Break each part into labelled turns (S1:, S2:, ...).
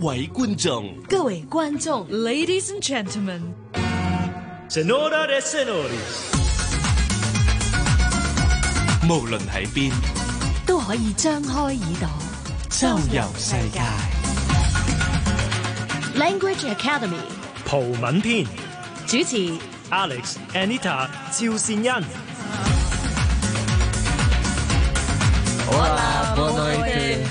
S1: 位觀眾，
S2: 各位觀眾，Ladies and gentlemen，
S3: Senora de senores,
S1: 無論喺邊，
S2: 都可以張開耳朵。
S1: 周遊世界。
S2: Language Academy
S3: 葡文篇
S2: 主持
S3: Alex、Anita、趙善恩，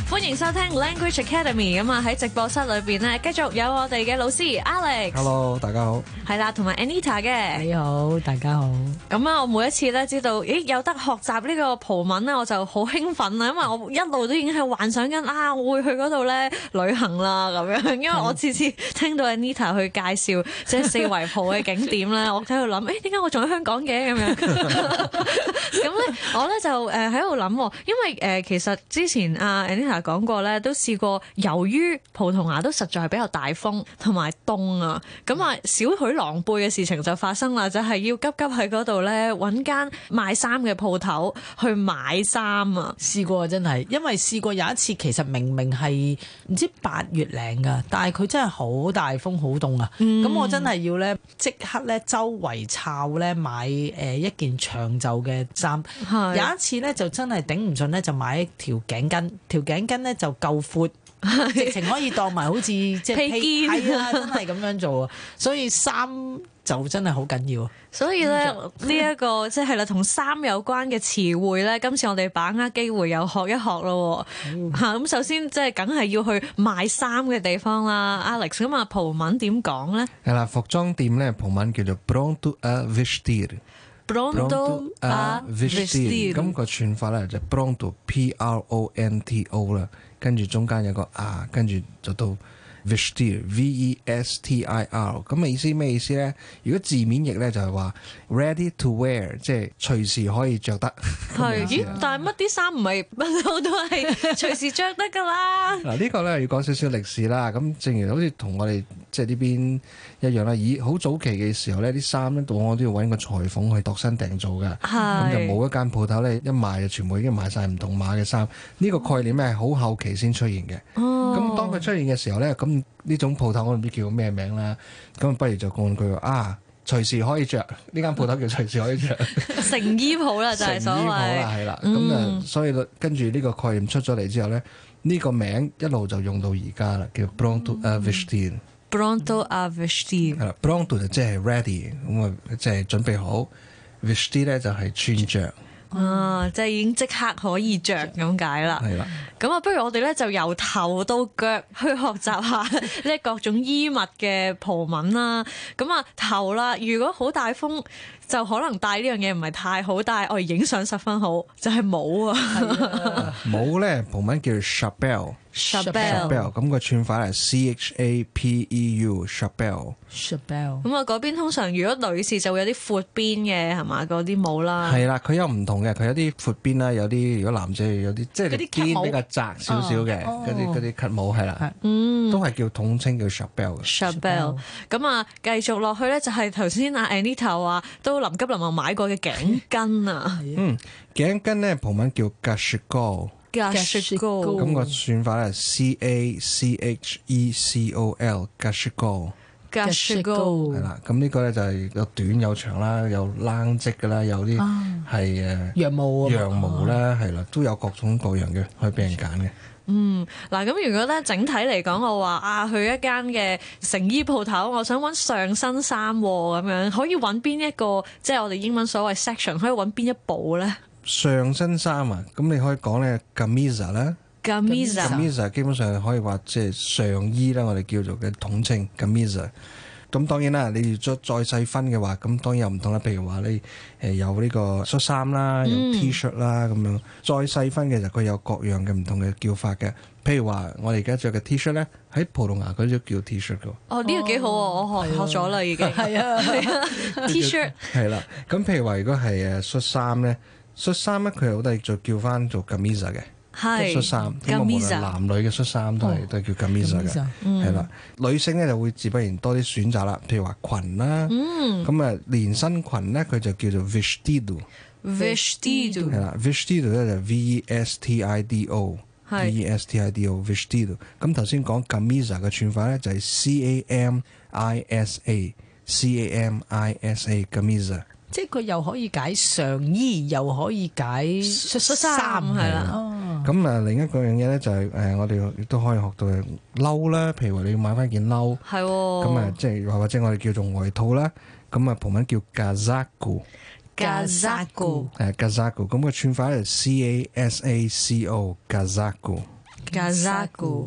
S2: 歡迎收聽 Language Academy 咁啊！喺直播室裏邊咧，繼續有我哋嘅老師 Alex，
S4: Hello，大家好。
S2: 係啦，同埋 Anita 嘅。
S5: 你好，大家好。
S2: 咁啊，我每一次咧知道，咦有得學習呢個葡文咧，我就好興奮啊啦，因為我一路都已經係幻想緊啊，我會去嗰度咧旅行啦咁樣，因為我次次聽到 Anita 去介紹即係四圍葡嘅景點咧，我喺度諗，誒點解我仲喺香港嘅 咁樣？ 咁 咧，我咧就誒喺度諗喎，因為誒、呃其實之前阿 Anita 講過咧，都試過由於葡萄牙都實在係比較大風同埋凍啊，咁啊少許狼狽嘅事情就發生啦，就係、要急急喺嗰度咧揾間賣衫嘅鋪頭去買衫啊，
S5: 試過真係，因為試過有一次，其實明明係唔知八月零㗎，但係佢真係好大風好凍啊！咁、
S2: 嗯
S5: 我真係要咧即刻咧周圍抄咧買誒、呃一件長袖嘅衫。有
S2: 係
S5: 一次咧就真係頂唔順咧，就買一條頸巾，條頸巾咧就夠闊。直情可以當埋好似 即係
S2: 披肩
S5: 係啊，真係咁樣做啊！所以衫就真係好緊要啊。
S2: 所以咧呢一個 即係啦，同衫有關嘅詞彙咧，今次我哋把握機會又學一學咯喎。嚇咁、首先即係梗係要去賣衫嘅地方啦，Alex 咁啊葡文點講咧
S4: 係啦，服裝店咧葡文叫做 Pronto a vestir。
S2: ？Pronto a vestir
S4: 咁個串法咧就 Pronto P R O N T O 啦，跟住中間有個 R，跟住就到 vestir V E S T I R。咁嘅意思咩意思咧？如果字面譯咧就係話 ready to wear，即係隨時可以着得。
S2: 係，咦？但係乜啲衫唔係 不嬲都係隨時着得㗎 啦。
S4: 嗱呢個咧要講少少歷史啦，咁正如好似同我哋即係呢邊一樣啦，以好早期嘅時候咧，啲衫咧往往都要揾個裁縫去度身訂造嘅，咁就
S2: 係
S4: 冇一間鋪頭咧一賣就全部已經賣晒唔同碼嘅衫。呢個概念咧係好後期先出現嘅。咁當佢出現嘅時候咧，咁呢種鋪頭我唔知叫咩名啦，咁不如就講句啊，隨時可以着，呢間鋪頭叫隨時可以着。
S2: 成衣鋪啦，就係所
S4: 成衣鋪啦，
S2: 謂
S4: 係
S5: 嗯
S4: 啦，咁啊，所以跟住呢個概念出咗嚟之後咧，呢個名一路就用到而家啦，叫
S5: 嗯
S4: pronto a vestir，
S2: Pronto a vestir
S4: 係啦，pronto 就即係 ready，咁啊即係準備好，vestir 咧就係穿着，
S2: 啊，即係已經即刻可以着咁解啦。
S4: 係啦，
S2: 咁啊，不如我哋咧就由頭到腳去學習 下即係各種衣物嘅葡文啦。咁啊，頭啦，如果好大風就可能戴呢樣嘢唔係太好，但係我哋影相十分好，就係冇啊。
S4: 帽咧葡文叫 chapéu，chapéu
S2: Chabelle
S5: 哦
S4: 咁個串法係 c h a p e u，chapéu。
S5: Chabelle
S2: 咁啊，嗰邊通常如果女士就會有啲闊邊嘅係嘛，嗰啲帽
S5: 啊
S2: 啦。
S4: 係啦，佢有唔同嘅，佢有啲闊邊啦，有啲如果男仔有啲即係你
S5: 嗰啲
S4: 肩
S5: 級
S4: 比較窄少少嘅，
S5: 哦嗯
S4: 嗰啲嗰啲級帽係啦，都係叫統稱叫 chapéu 嘅。
S2: s h a b e l 咁啊，繼續落去咧就係頭先阿 Anita 話都臨急臨忙買過嘅頸巾啊，
S4: 嗯，頸巾咧葡文叫 c a c h e c o
S2: 架雪糕。
S5: 哦
S4: 咁個算法咧 C A C H E C O L c a c h e c o
S2: 架雪糕。
S4: 係啦，咁呢個咧就係有短有長啦，有冷織噶啦，有啲係
S5: 羊毛啊
S4: 誒
S5: 嘛，
S4: 羊毛啦，係啦，都有各種各樣嘅可以俾人揀嘅。
S2: 嗱，咁如果咧整體嚟講，我話啊去一間嘅成衣鋪頭，我想揾上身衫喎，咁樣可以揾邊一個，即係我哋英文所謂 section，可以揾邊一部咧
S4: 上身衫啊，咁你可以講咧 camisa 啦。
S2: ？Gamisa。
S4: Camisa 基本上可以話即係上衣啦，我哋叫做嘅統稱 Camisa。咁當然啦，你要再再細分嘅話，咁當然有唔同啦。譬如話你誒有呢個恤衫啦，有 T 恤啦咁樣。再細分嘅就佢有各樣嘅唔同嘅叫法嘅。譬如話我哋而家着嘅 T 恤咧，喺葡萄牙佢都叫 T 恤嘅喎。
S2: 哦，呢個幾好喎，我學學咗啦已經。
S5: 係啊。
S2: T-shirt
S4: 係啦，咁譬如話如果係誒恤衫咧，恤衫咧佢好哋就叫翻做 Camisa 嘅。
S2: 係
S4: 恤衫，咁無論
S2: Gamisa。
S4: 男女嘅恤衫都係都係叫 camisa 嘅
S5: Camisa，，
S4: 係啦。女性咧就會自不然多啲選擇啦，譬如話裙啦，咁啊連身裙咧佢就叫做 vestido，
S2: Vestido。
S4: 係啦，vestido 咧就 V E S T I D O，
S2: 係
S4: V E S T I D O vestido。咁頭先講 camisa 嘅串法咧就係 C A M I S A C A M I S A camisa。
S5: 即係佢又可以解上衣，又可以解恤
S2: 恤衫係啦
S5: 哦
S4: 咁啊，另一個樣嘢咧就係、誒，我哋亦都可以學到嘅褸啦，譬如話你要買翻件褸，
S2: 係
S4: 咁啊
S2: 喎，
S4: 即係或者我哋叫做外套啦，咁啊葡文叫 gazaco。
S2: Gazaco
S4: 誒 gazaco，咁個串法咧 C A S A C O gazaco。
S2: Gazaco。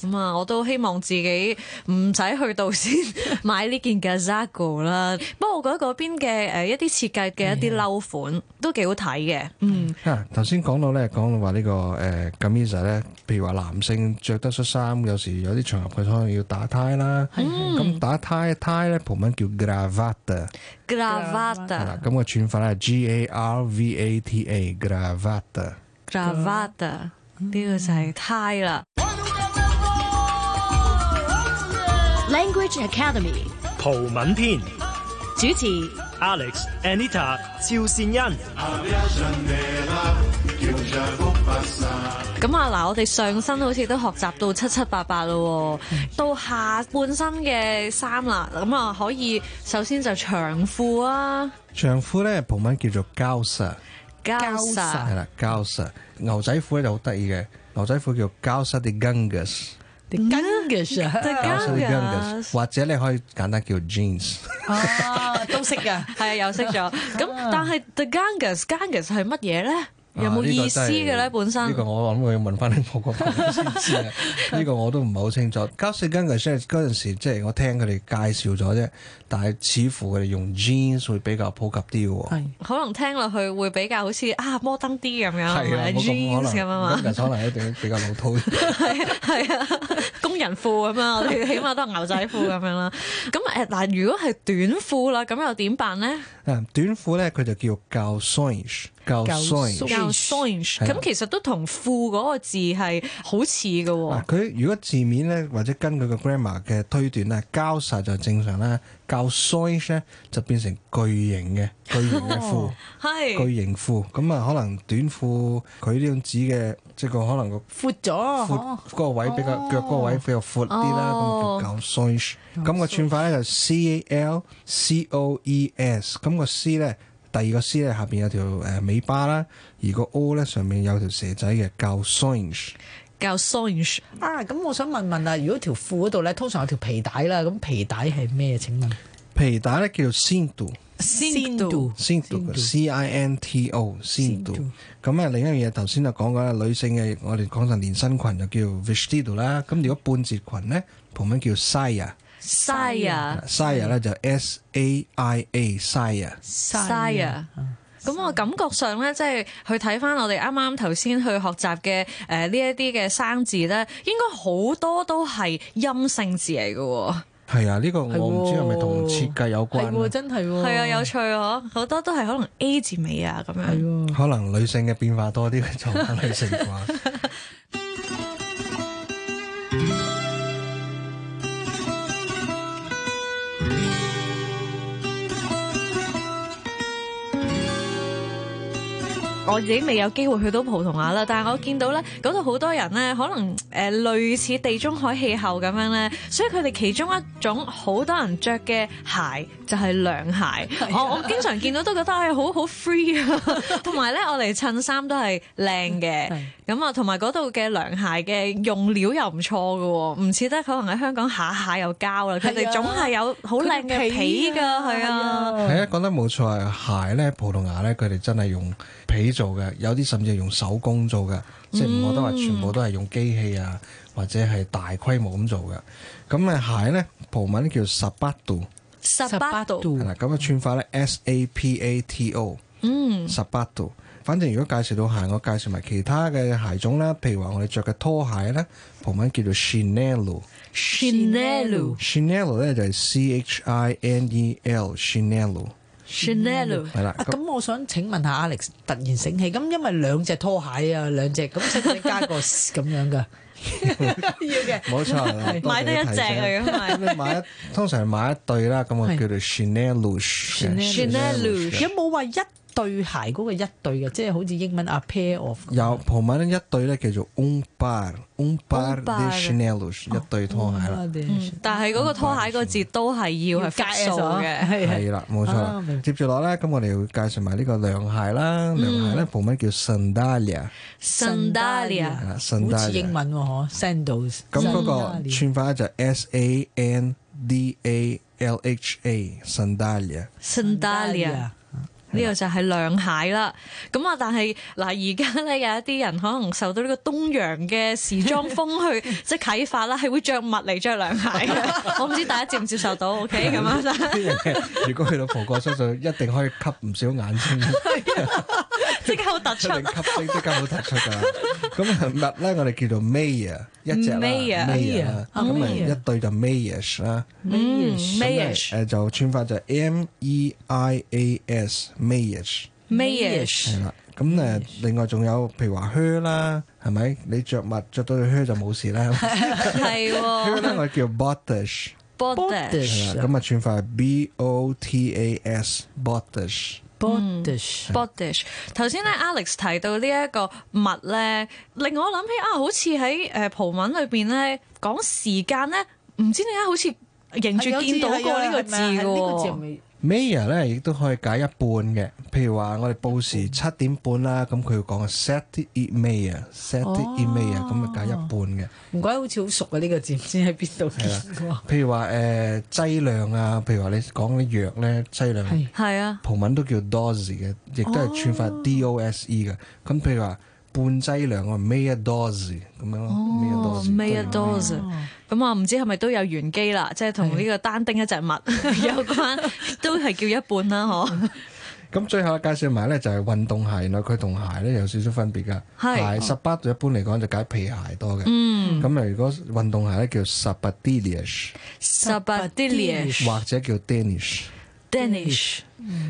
S2: 咁啊，我都希望自己唔使去到先 買呢件 Gazago 啦。不過我覺得嗰邊嘅誒一啲設計嘅一啲褸款都幾好睇嘅。嗯，
S4: 啊，頭先講到咧，講到話呢個誒 camisa 咧，譬如話男性着得恤衫，有時有啲場合佢可能要打呔啦。咁打呔呔咧，葡文叫 gravata，係
S2: gravata
S4: 啦。咁個串法咧係 G A R V A T A gravata。
S2: gravata 呢個就係 tie 啦。
S6: Language Academy
S3: 葡文篇
S6: 主持
S3: Alex、Anita、趙善恩。
S2: 咁啊嗱，我哋上身好似都學習到七七八八咯
S4: 嗯
S2: 喎，到下半身嘅衫啦，咁啊可以首先就長褲啊
S4: 長褲咧，葡文叫做 gausa，
S2: ，gausa
S4: 係啦，gausa。牛仔褲咧就好得意嘅，牛仔褲叫 gausa de gangas。
S5: 啲根嘅
S4: gausa de gangas，或者你可以簡單叫 jeans。
S5: 啊，都識㗎。
S2: 係啊，又識咗。咁但係 the gangas，gangas 係乜嘢咧？有冇意思嘅
S4: 啊呢
S2: 咧？
S4: 個
S2: 本
S4: 真係
S2: 身
S4: 呢個我諗我要問翻你我個朋友先 知啊！呢個我都唔係好清楚。交四根嘅即係嗰陣時，即係我聽佢哋介紹咗啫，但係似乎佢哋用 jeans 會比較普及啲喎。
S5: 係
S2: 可能聽落去會比較好似啊摩登啲咁樣，
S4: 係啊，
S2: 係咪
S4: 冇咁
S2: jeans
S4: 可
S2: 咁啊
S4: 能，
S2: 嘛。
S4: 今日可能一定比較老土。
S2: 係係啊，工人褲咁樣，我哋起碼都係牛仔褲咁樣啦。咁誒嗱，如果係短褲啦，咁又點辦咧？
S4: 啊短褲咧，佢就叫 g a l s o i n g g a l s o i n g
S5: 都
S2: 又
S5: Swoosh
S2: s o i n g
S4: 係啊
S2: 咁其實都同褲嗰個字係好似嘅
S4: 嗱，
S2: 喎。
S4: 啊佢如果字面咧，或者根據個 grammar 嘅推斷咧，交實就正常啦，較 s o i n g 咧就變成巨型嘅巨型嘅褲。
S2: 係
S4: 巨型褲，咁啊可能短褲佢呢種指嘅，即係個可能個
S5: 闊咗，
S4: 闊
S5: 可
S4: 嗰個位比較腳嗰個位比較闊啲啦，
S2: 哦
S4: 咁叫 c o n s 咁個串法咧就 C A L C O E S，咁個 C 咧第二個 C 咧下邊有條誒尾巴啦，而個 O 咧上面有條蛇仔嘅較 c o n s
S2: 較 s o i n g
S5: 啊，咁我想問問啊，如果條褲嗰度咧，通常有條皮帶啦，咁皮帶係咩？請問
S4: 皮帶咧叫做 cinto。
S2: 先
S5: 度
S2: 度
S4: Cinto C I N T O Cinto
S5: Cinto
S4: 咁啊，另一樣嘢頭先就講過啦，女性嘅我哋講就連身裙就叫 vestido 啦。咁如果半截裙咧，葡文叫 saya，saya
S2: 嘥啊
S4: 咧就 S A I A saya。
S2: 嘥啊！咁我感覺上咧，即係去睇翻我哋啱啱頭先去學習嘅誒呢一啲嘅生字咧，應該好多都係陰性字嚟嘅喎。
S4: 係啊，呢個我唔知係咪同設計有關
S5: 係喎，
S4: 啦，
S5: 真係喎，
S2: 係
S4: 哦
S2: 啊，有趣嗬，好多都係可能 A 字尾啊咁樣。
S4: 可能女性嘅變化多啲，就玩女性啩。
S2: 我自己未有機會去到葡萄牙啦，但係我見到咧嗰度好多人咧，可能誒、呃、類似地中海氣候咁樣咧，所以佢哋其中一種好多人着嘅鞋就係涼鞋。我我經常見到都覺得係好好 free 啊，同埋咧我哋襯衫都係靚嘅
S5: 係，
S2: 咁啊同埋嗰度嘅涼鞋嘅用料又唔錯嘅喎，唔似得可能喺香港下下有膠啦，佢
S5: 係
S2: 哋
S5: 啊
S2: 總係有好靚嘅皮㗎，係啊。
S4: 係啊，講得冇錯啊！鞋咧，葡萄牙咧，佢哋真係用皮做嘅，有啲甚至係用手工做嘅，即係唔覺得話全部都係用機器啊，或者係大規模咁做嘅。咁啊，鞋咧，葡文叫 sapato，
S2: 十
S5: 十
S2: 八
S5: 八
S2: 度
S5: 度
S4: 係，啦，咁啊串法咧 S A P A T O，嗯，sapato。反正如果介紹到鞋，我介紹埋其他嘅鞋種啦，譬如話我哋着嘅拖鞋咧，葡文叫做 chinelo。
S2: Chinelo
S4: chinelo 咧就係 C H I N E L，chinelo
S2: Chinelo
S4: 係啦。
S5: 啊，
S4: 咁
S5: 咁我想請問下 Alex，突然醒起，咁因為兩隻拖鞋啊，兩隻，咁使唔使加個 咁樣㗎？要嘅，
S4: 冇錯，多謝
S2: 買得
S4: 你
S2: 一
S4: 提
S2: 隻
S4: 醒
S2: 啊，如果買
S4: 咁你買 一通常買一對啦，咁我
S5: 係
S4: 叫做 Chanel Lush 嘅。
S5: Chanel
S2: Chanel Lush
S5: 有冇話一對對鞋嗰個一對嘅，即係好似英文 a pair of 咁
S4: 有葡文一對咧叫做 un par un par
S2: Un
S4: de
S2: par
S4: chinelos
S2: 哦
S4: 一對拖鞋啦，
S5: 啊啲
S2: 嗯但係嗰個拖鞋個字都係要係
S5: 加
S2: 複數嘅，
S5: 係係
S4: 係啦，冇錯
S5: 啊
S4: 啦
S5: 明白。
S4: 接住落咧，咁我哋要介紹埋呢個涼鞋啦，
S2: 嗯
S4: 涼鞋咧葡文叫 sandalia，
S2: sandalia
S4: 係啦
S5: 好似英
S4: ，sandalia。
S5: 文喎，嗬，sandals。
S4: 咁嗰個
S5: Sandalia
S4: 串法咧就 S A N D A L H A，sandalia。
S2: sandalia。呢嗯個就係涼鞋啦，咁啊，但係嗱，而家咧有一啲人可能受到呢個東洋嘅時裝風 去即係啟發啦，係會着襪嚟着涼鞋 嘅。我唔知大家接唔接受到，OK 咁樣 啦，
S4: 呢樣嘢如果去到葡國，相信一定可以吸唔少眼睛。
S2: 即刻好突
S4: 出
S2: 出。
S4: 定吸睛即刻好突出㗎啦。咁啊物咧，我哋叫做 Mayer 一隻啦
S2: Mayer
S4: ，Mayer 啦，
S5: 啊
S4: 咁啊
S5: Mayer
S4: 一對就 Mayers 啦，
S2: 嗯
S5: Mayish
S2: ，Mayish
S4: 誒就串法就 M E I A S Mayers
S2: Mayish
S4: 係啦。咁誒，另外仲有譬如話靴啦，係咪？你着襪着到對靴就冇事啦。
S2: 係
S4: 靴
S2: 喎
S4: 咧我叫 Bottish，
S2: ，body
S4: 係
S5: Bodish
S4: 啦，咁啊串法係 B O T A S Bottish。
S5: Bodish
S2: bodish。頭先咧 Alex 提到呢一個襪咧，令我諗起啊，好似喺誒葡文裏邊咧講時間咧，唔知點解好似迎住嗯見到
S5: 啊
S2: 過呢個字嘅喎。
S4: Mayor 咧亦都可以解一半嘅，譬如話我哋報時七點半啦，咁佢要講啊 set it mayor，set it mayor，咁啊解一半嘅。
S5: 唔怪好似好熟啊！呢個字唔知喺邊度見過。
S4: 譬如話誒、呃、劑量啊，譬如話你講啲藥咧劑量，
S5: 係
S2: 係啊，
S4: 葡文都叫 dose 嘅，亦都係串法 dose E 嘅。咁譬如話半劑量我 mayor dose 咁樣咯，mayor
S2: 哦
S4: dose。
S2: m a y a d o s 咁啊，唔知係咪都有玄機啦，即係同呢個單丁一 隻物有關，都係叫一半啦，嗬。
S4: 咁最後介紹埋咧就係運動鞋，原來佢同鞋咧有少少分別㗎。
S2: 係
S4: 鞋十八度一般嚟講就解皮鞋多嘅。嗯。咁啊，如果運動鞋咧叫 s a b a d i l i s
S2: s a b a d i l i a
S4: h 或者叫 Danish。
S2: Danish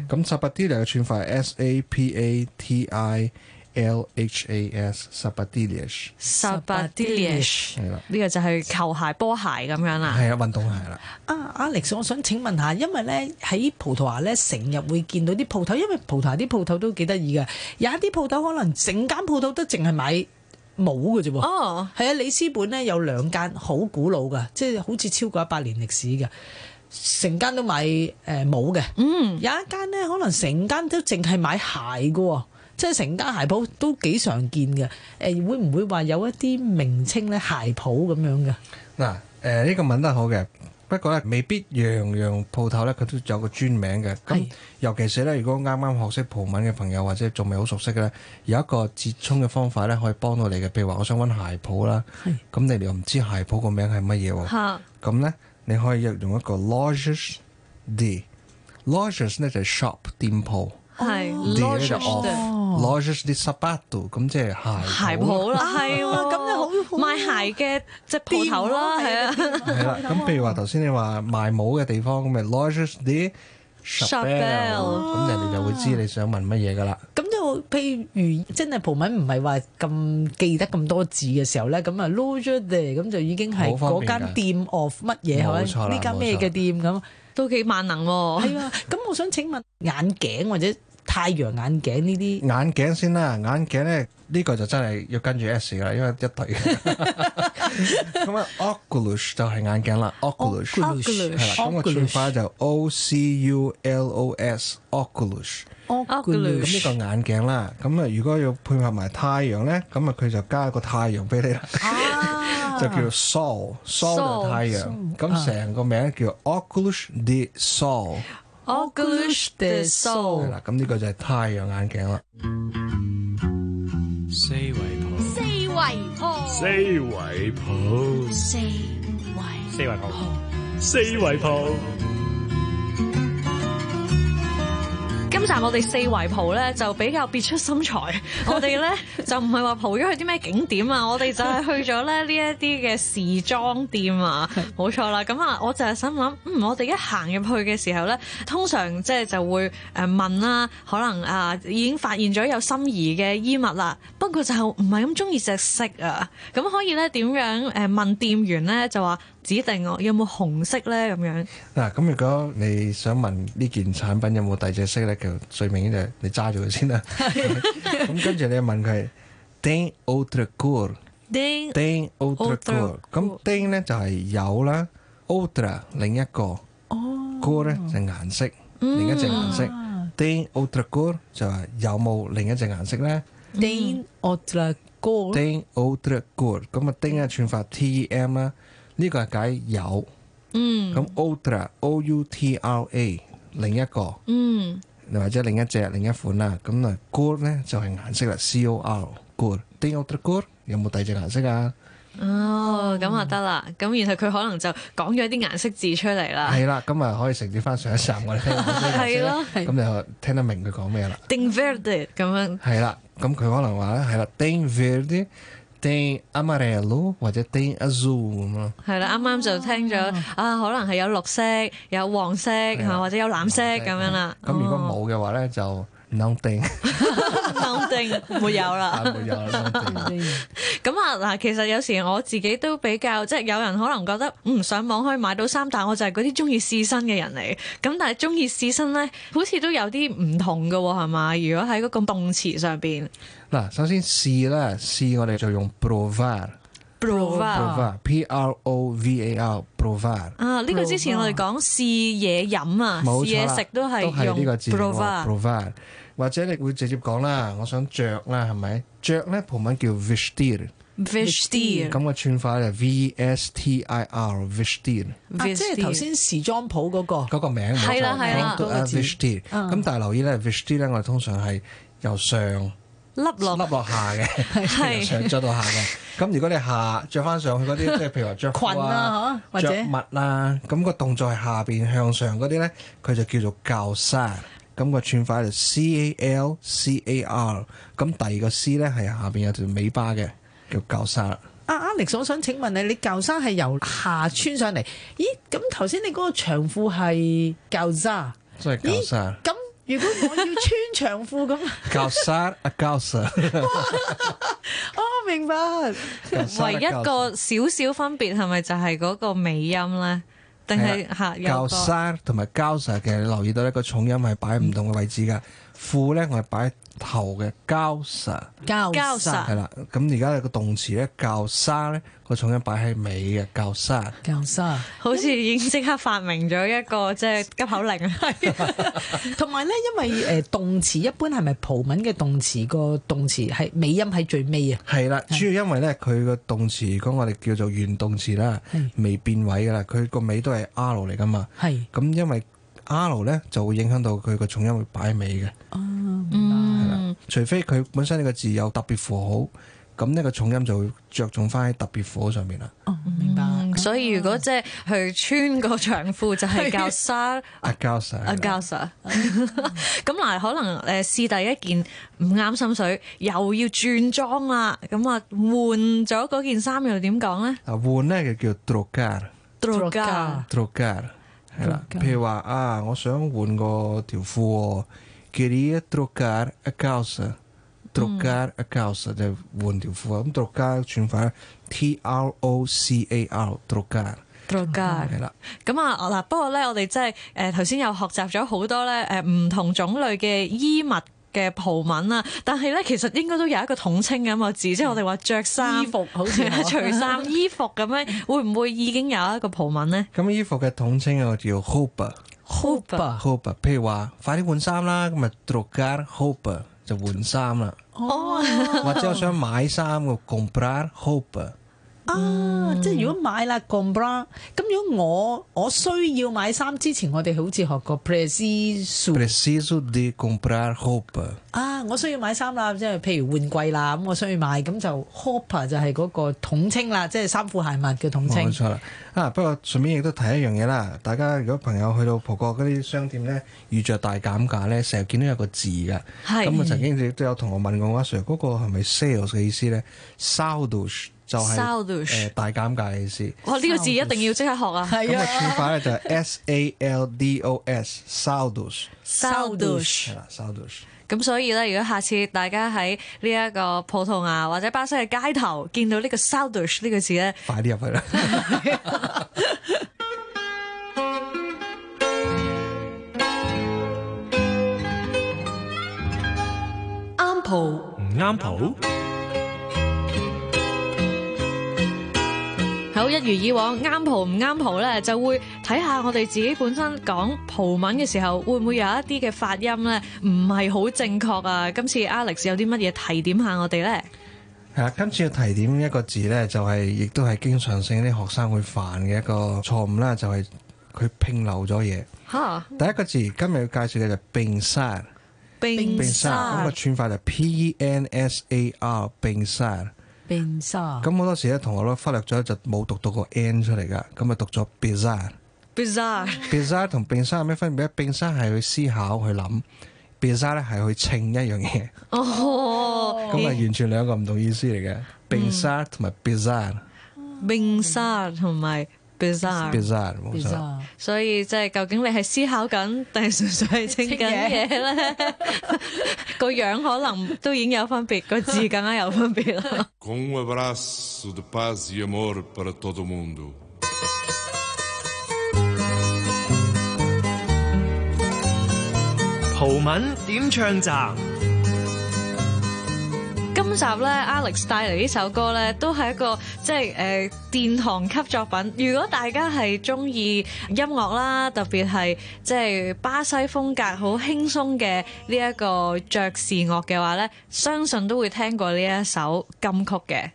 S4: 咁 s a b a d i l i a 嘅串法係 S A P A T I L H A S s a b a d i l i s
S2: s a b a d i l i a
S4: 係啦，
S2: 呢個就係球鞋、波鞋咁樣啦。
S4: 係啊，運動鞋啦。
S5: 啊，Alex，我想請問下，因為咧喺葡萄牙咧，成日會見到啲鋪頭，因為葡萄牙啲鋪頭都幾得意嘅，有一啲鋪頭可能整間鋪頭都淨係買帽嘅啫喎。
S2: 哦，
S5: 係啊，里斯本咧有兩間好古老嘅，即係好似超過一百年歷史嘅，成間都買誒帽嘅。嗯，有一間咧可能成間都淨係買鞋嘅喎，即係成間鞋鋪都幾常見嘅。誒、會唔會話有一啲名稱咧鞋鋪咁樣嘅？
S4: 嗱，誒呢個問得好嘅，不過咧未必樣樣鋪頭咧佢都有個專名嘅。咁
S5: 係
S4: 尤其是咧，如果啱啱學識葡文嘅朋友或者仲未好熟悉嘅咧，有一個折衷嘅方法咧可以幫到你嘅。譬如話，我想揾鞋鋪啦，咁你哋又唔知鞋鋪個名係乜嘢喎？
S2: 嚇
S4: 咁咧你可以用一個 lojas de lojas 咧就係 shop 店鋪
S2: 係
S4: ，de 咧就
S2: Lodge
S4: off，lojas de sapato 咁即係
S2: 鞋
S4: 鞋
S2: 鋪
S4: 鋪啦
S2: 啦，係喎，
S5: 啊咁就好好
S2: 賣鞋嘅即係鋪頭啦，係啊
S4: 係啦，咁譬如話頭先你話賣帽嘅地方，咁咪 Lodges 啲
S2: Chapelle
S4: 咁人哋就會知你想問乜嘢噶啦。
S5: 咁就譬如真係葡文唔係話咁記得咁多字嘅時候咧，咁啊 l o g e r d 咁就已經係
S4: 好方
S5: 嗰
S4: 便㗎
S5: 間店 of 乜嘢係
S4: 冇
S5: 咪？
S4: 錯啦
S5: 呢間咩
S4: 冇錯
S5: 嘅店咁？
S2: 都幾萬能喎。
S5: 係啊，咁我想請問眼鏡或者太陽眼鏡呢啲
S4: 眼鏡先啦，眼鏡咧呢個就真係要跟住 S 噶啦，因為一對。咁啊，Oculus 就係眼鏡啦，Oculus 係啦，
S5: Oculus
S4: 咁個串法就 O C U L O S Oculus。
S2: Oculus
S4: 咁呢個眼鏡啦，咁啊如果要配合埋太陽咧，咁啊佢就加個太陽俾你啦。 就叫 Sol Sol 就
S2: Sol，
S4: 太陽，咁成個名叫 Oculus de Sol，
S2: Oculus the soul
S4: 係。啦，咁呢個就係太陽眼鏡啦。
S1: 四圍抱，
S6: 四圍破，
S3: 四圍抱，
S6: 四圍
S3: 四圍抱，四圍抱。
S2: 今集我哋四圍蒲咧就比較別出心裁，我哋咧就唔係話蒲咗去啲咩景點啊，我哋就係去咗咧呢一啲嘅時裝店啊，冇錯啦。咁啊，我就係心諗，嗯，我哋一行入去嘅時候咧，通常即係就會誒問啦，可能啊已經發現咗有心儀嘅衣物啦，不過就唔係咁中意隻色啊，咁可以咧點樣誒問店員咧就話指定我有冇紅色咧咁樣，
S4: 嗱，咁如果你想問呢件產品有冇第二隻色咧，其實就最明顯就係你揸住 佢先啦。咁跟住你問佢 Tem outra cor？Tem
S2: 啲
S4: outra
S2: Outra
S4: cor？咁
S2: cor
S4: Tem 咧就係有啦，outra 另一個，cor 咧就係顏色，
S2: Ừ.
S4: 另一隻顏色。Tem outra cor 就係有冇另一隻顏色咧？
S5: Dane Otra 哥
S4: Tem outra cor，咁啊 Tem 啊串法 T E M 啦，呢個係解有。
S2: 嗯
S4: 咁 outra O U T R A 另一個，
S2: Ừ. 嗯
S4: 又或者另一隻另一款啦。咁啊 cor 咧就係顏色啦，C O R cor。Tem outra cor 有冇第二隻顏色啊？
S2: 哦，咁啊得啦，咁然後佢可能就講咗啲顏色字出嚟啦，
S4: 係啦，咁啊可以承接翻上一 集我哋聽過啲顏
S2: 係
S4: 色啦
S2: 咯，
S4: 咁就聽得明佢講咩啦。
S2: 定 verde 咁樣，
S4: 係啦，咁佢可能話咧係啦，tem verde。tem amarelo 或者 tem azul 咁咯，
S2: 係啦，啱啱就聽咗啊，可能係有綠色、有黃色啊
S4: 係啊啦
S2: 或者有藍色咁樣啦。哦
S4: 咁如果冇嘅話咧，就 no tem，
S2: 冇，定沒有啦
S4: 啊。沒有 no tem。
S2: 咁啊嗱，其實有時我自己都比較，即係有人可能覺得嗯上網可以買到衫，但我就係嗰啲中意試身嘅人嚟。咁但係中意試身咧，好似都有啲唔同嘅喎，係嘛？如果喺嗰個動詞上邊
S4: 嗱，首先試啦，試我哋就用 provar，provar，P
S2: ，provar
S4: R O V A R，provar。
S2: 啊，呢個之前我哋講試嘢飲啊，
S4: 冇
S2: 試
S4: 錯
S2: 嘢
S4: 啦
S2: 食都係
S4: 係
S2: 用
S4: 呢個字
S2: provar。
S4: provar，或者你會直接講啦，我想着啦，係咪？着咧葡文叫 vestir，
S2: vestir
S4: 咁個啊串法咧 V S T I R，vestir
S5: 啊，即係頭先時裝鋪嗰個
S4: 嗰個名冇錯
S2: 係啦係啦
S4: 講到啊
S5: 嗰個字
S4: vestir，咁
S2: 嗯
S4: 但係留意咧 vestir 咧，我哋通常係由上。
S2: 粒落
S4: 笠落下 嘅， 由上着到下嘅。咁如果你下着翻上 去嗰啲，即係譬如話着褲
S5: 裙啊嚇或者
S4: 着襪啦，咁個動作係下邊向上嗰啲咧，佢就叫做教沙。咁個串法就 C A L C A R。咁第二個 C 咧係下邊有條尾巴嘅，叫教沙啦。
S5: 啊，Alex，我想請問你，你舊衫係由下穿上嚟？咦，咁頭先你嗰個長褲係舊衫？
S4: 真係教
S5: 咦
S4: 沙，，
S5: 咁如果我要穿長褲咁，
S4: 教沙啊 教沙，
S5: 哦，明白。
S4: 教沙
S2: 唯一個少少分別係咪就係嗰個尾音咧？定係嚇有
S4: 啊教
S2: 個
S4: 沙同埋教沙嘅，你留意到呢個重音係擺唔同嘅位置㗎。褲咧我係擺頭嘅教沙。
S5: 膠
S2: 膠衫
S4: 係啦，咁而家有個動詞咧，教沙咧個重音擺喺尾嘅，教沙。
S5: 舊衫。
S2: 好似已經即刻發明咗一個即係急口令啊！
S5: 同埋咧，因為誒呃動詞一般係咪葡文嘅動詞個動詞係尾音喺最尾啊？
S4: 係啦，主要因為咧佢個動詞，如果我哋叫做原動詞啦，未變位噶啦，佢個尾都係 R 嚟噶嘛。
S5: 係
S4: 咁因為 R 咧就會影響到佢個重音會擺尾嘅，
S5: 哦
S2: 嗯，
S4: 除非佢本身呢個字有特別符號，咁呢個重音就會着重翻喺特別符號上面啦。
S5: 哦，明白。
S2: 嗯所以如果即係去穿個長褲就係教沙
S4: 啊，教沙。
S2: 啊教沙。 咁嗱，可能誒試第一件唔啱心水，又要轉裝啦，咁啊換咗嗰件衫又點講咧
S4: 啊，換咧就叫 trocar。
S5: Trocar
S4: trocar 係啦，
S5: Trocar
S4: 譬如話啊，我想換個條褲喎，queria trocar a calça。trocar a calça 就係換條褲啊，咁 trocar 轉法咧，T R O C A R，trocar
S2: ？Droga
S5: 嗯
S4: 係啦，
S2: 咁啊，嗱，不過咧，我哋真係誒頭先又學習咗好多咧誒唔同種類嘅衣物嘅葡文啦，但係咧其實應該都有一個統稱咁個字，即係我哋話着衫、
S5: 嗯衣服好似
S2: 係啊
S5: 我
S2: 除衫、 衣服咁樣，會唔會已經有一個葡文咧
S4: 咁衣服嘅統稱我叫 roupa，roupa，
S5: Hoba
S4: 譬如話快啲換衫啦，咁啊 trocar roupa 就換衫啦，
S5: 哦
S4: 或者我想買衫喎，comprar roupa。
S5: 啊，即係如果買啦 g o m b r a 咁如果我我需要買衫之前，我哋好似學過 preciso
S4: preciso de comprar roupa。
S5: 啊，我需要買衫啦，即係譬如換季啦，咁我需要買，咁就 hopper 就係嗰個統稱啦，即係衫褲鞋襪嘅統
S4: 冇
S5: 稱。
S4: 錯啦，啊不過順便亦都提一樣嘢啦，大家如果朋友去到葡國嗰啲商店咧，遇着大減價咧，成日見到有個字嘅，
S2: 係
S4: 咁啊曾經亦都有同學問過阿 Sir 嗰個係咪 sales 嘅意思咧 s a l d u s 就係、
S2: Saldos
S4: 呃大減價嘅意思。
S2: 哇！呢個字一定要即刻學啊
S5: 係
S4: 咁啊，
S5: 啊
S4: 串法咧就係 S A L D O S s a l d u s
S2: ，saldos。
S4: 係啦 s a l d u s
S2: 咁所以咧，如果下次大家喺呢一個葡萄牙或者巴西嘅街頭見到呢個 saldos 呢個字咧，
S4: 快啲入去啦。
S5: 蒲。
S3: 唔啱譜，
S2: 好一如以往啱蒲唔啱蒲咧，就會睇下我哋自己本身講葡文嘅時候，會唔會有一啲嘅發音咧唔係好正確啊？今次 Alex 有啲乜嘢提點下我哋咧？
S4: 係啦，今次嘅提點一個字呢，就係、亦都係經常性啲學生會犯嘅一個錯誤啦，就係、佢拼漏咗嘢。
S2: 吓，
S4: 第一個字今日要介紹嘅就係 pensar，
S2: 冰
S4: pensar 咁
S2: 沙，
S4: 個串法就 P E N S A R pensar。
S5: 變沙
S4: 咁好多時咧，同學都忽略咗就冇讀到個 N 出嚟噶，咁啊讀咗 bizarre。
S2: bizarre，
S4: bizarre 同 pensar 有咩分別咧？pensar 係去思考去諗，bizarre 咧係去稱一樣嘢，
S2: 哦，嗯
S4: 咁啊完全兩個唔同意思嚟嘅。pensar 同埋 bizarre，bizarre
S2: 冰沙同埋 bizarre，
S4: 冇
S5: 變
S4: 錯。
S5: 沙，
S2: 所以即係究竟你係思考緊 定係純粹係清緊嘢咧？ 個樣可能都已經有分別，個字更加有分別啦。
S7: Com um abraço de paz e amor para todo mundo.
S3: 葡文點唱站？
S2: 今集咧，Alex 帶嚟呢首歌咧，都係一個即係誒、呃、殿堂級作品。如果大家係中意音樂啦，特別係即係巴西風格好輕鬆嘅呢一個爵士樂嘅話咧，相信都會聽過呢一首金曲嘅。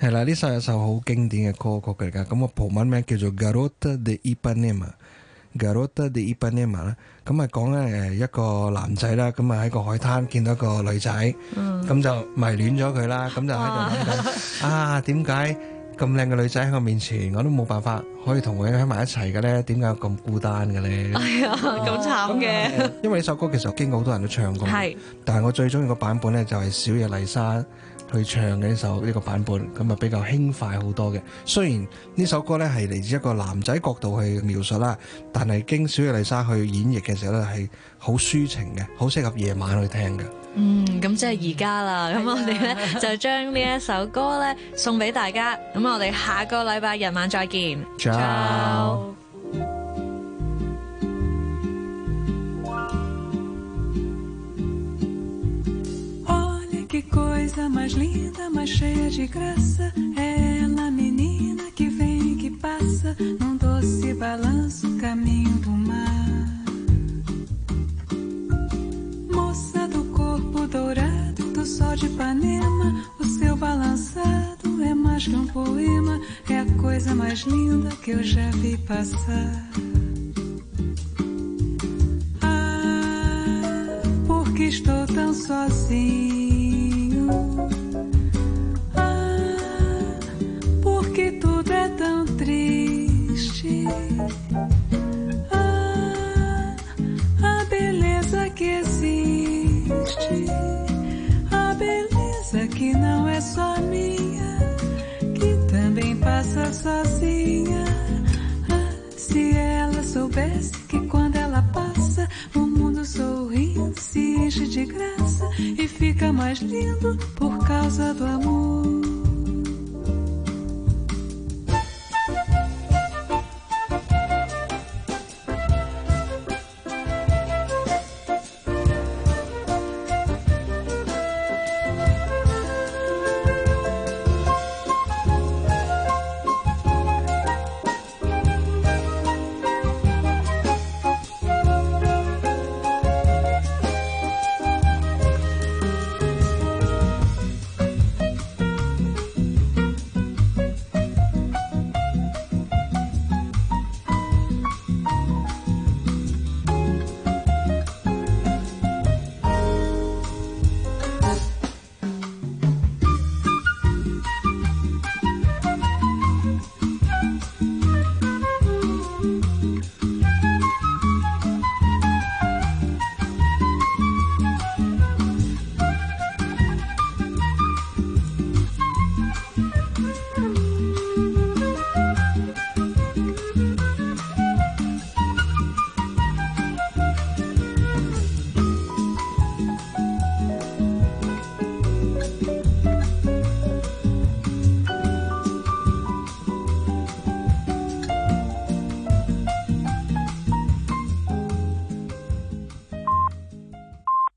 S4: 係啦，呢首有首好經典嘅歌曲嚟噶，咁個葡文名叫做 Garota de Ipanema。Garota de Ipanema 啦，咁啊講咧誒一個男仔啦，咁啊喺個海灘見到一個女仔，咁、就迷戀咗佢啦，咁就喺度諗緊啊點解咁靚嘅女仔喺我面前，我都冇辦法可以同佢喺埋一齊嘅咧？點解我咁孤單嘅咧？
S2: 係啊， 咁慘嘅，
S4: 因為呢首歌其實經過好多人都唱過，
S2: 係
S4: 但係我最中意個版本咧就係小野麗莎去唱嘅呢首呢個版本，咁啊比較輕快好多嘅。雖然呢首歌咧係嚟自一個男仔角度去描述啦，但係經小野麗莎去演繹嘅時候咧係好抒情嘅，好適合夜晚去聽嘅。
S2: 嗯，咁即係而家啦。咁我哋咧就將呢一首歌咧送俾大家。咁我哋下個禮拜日晚再見。
S4: Ciao
S2: Ciao
S8: Olha que coisa mais linda, mais cheia de graça. É ela, menina que vem e que passa num doce balanço caminho do mar. Moça do corpo dourado do sol de Ipanema, o seu balançado é mais que um poema. É a coisa mais linda que eu já vi passar. Ah, porque estou tão sozinho. Ah, porque tudo é tão triste. Ah, a beleza que existe. A beleza que não é só minha, que também passa sozinha. Ah, se ela soubesse que quando ela passa, o mundo sorrindo se enche de graça e fica mais lindo por causa do amor.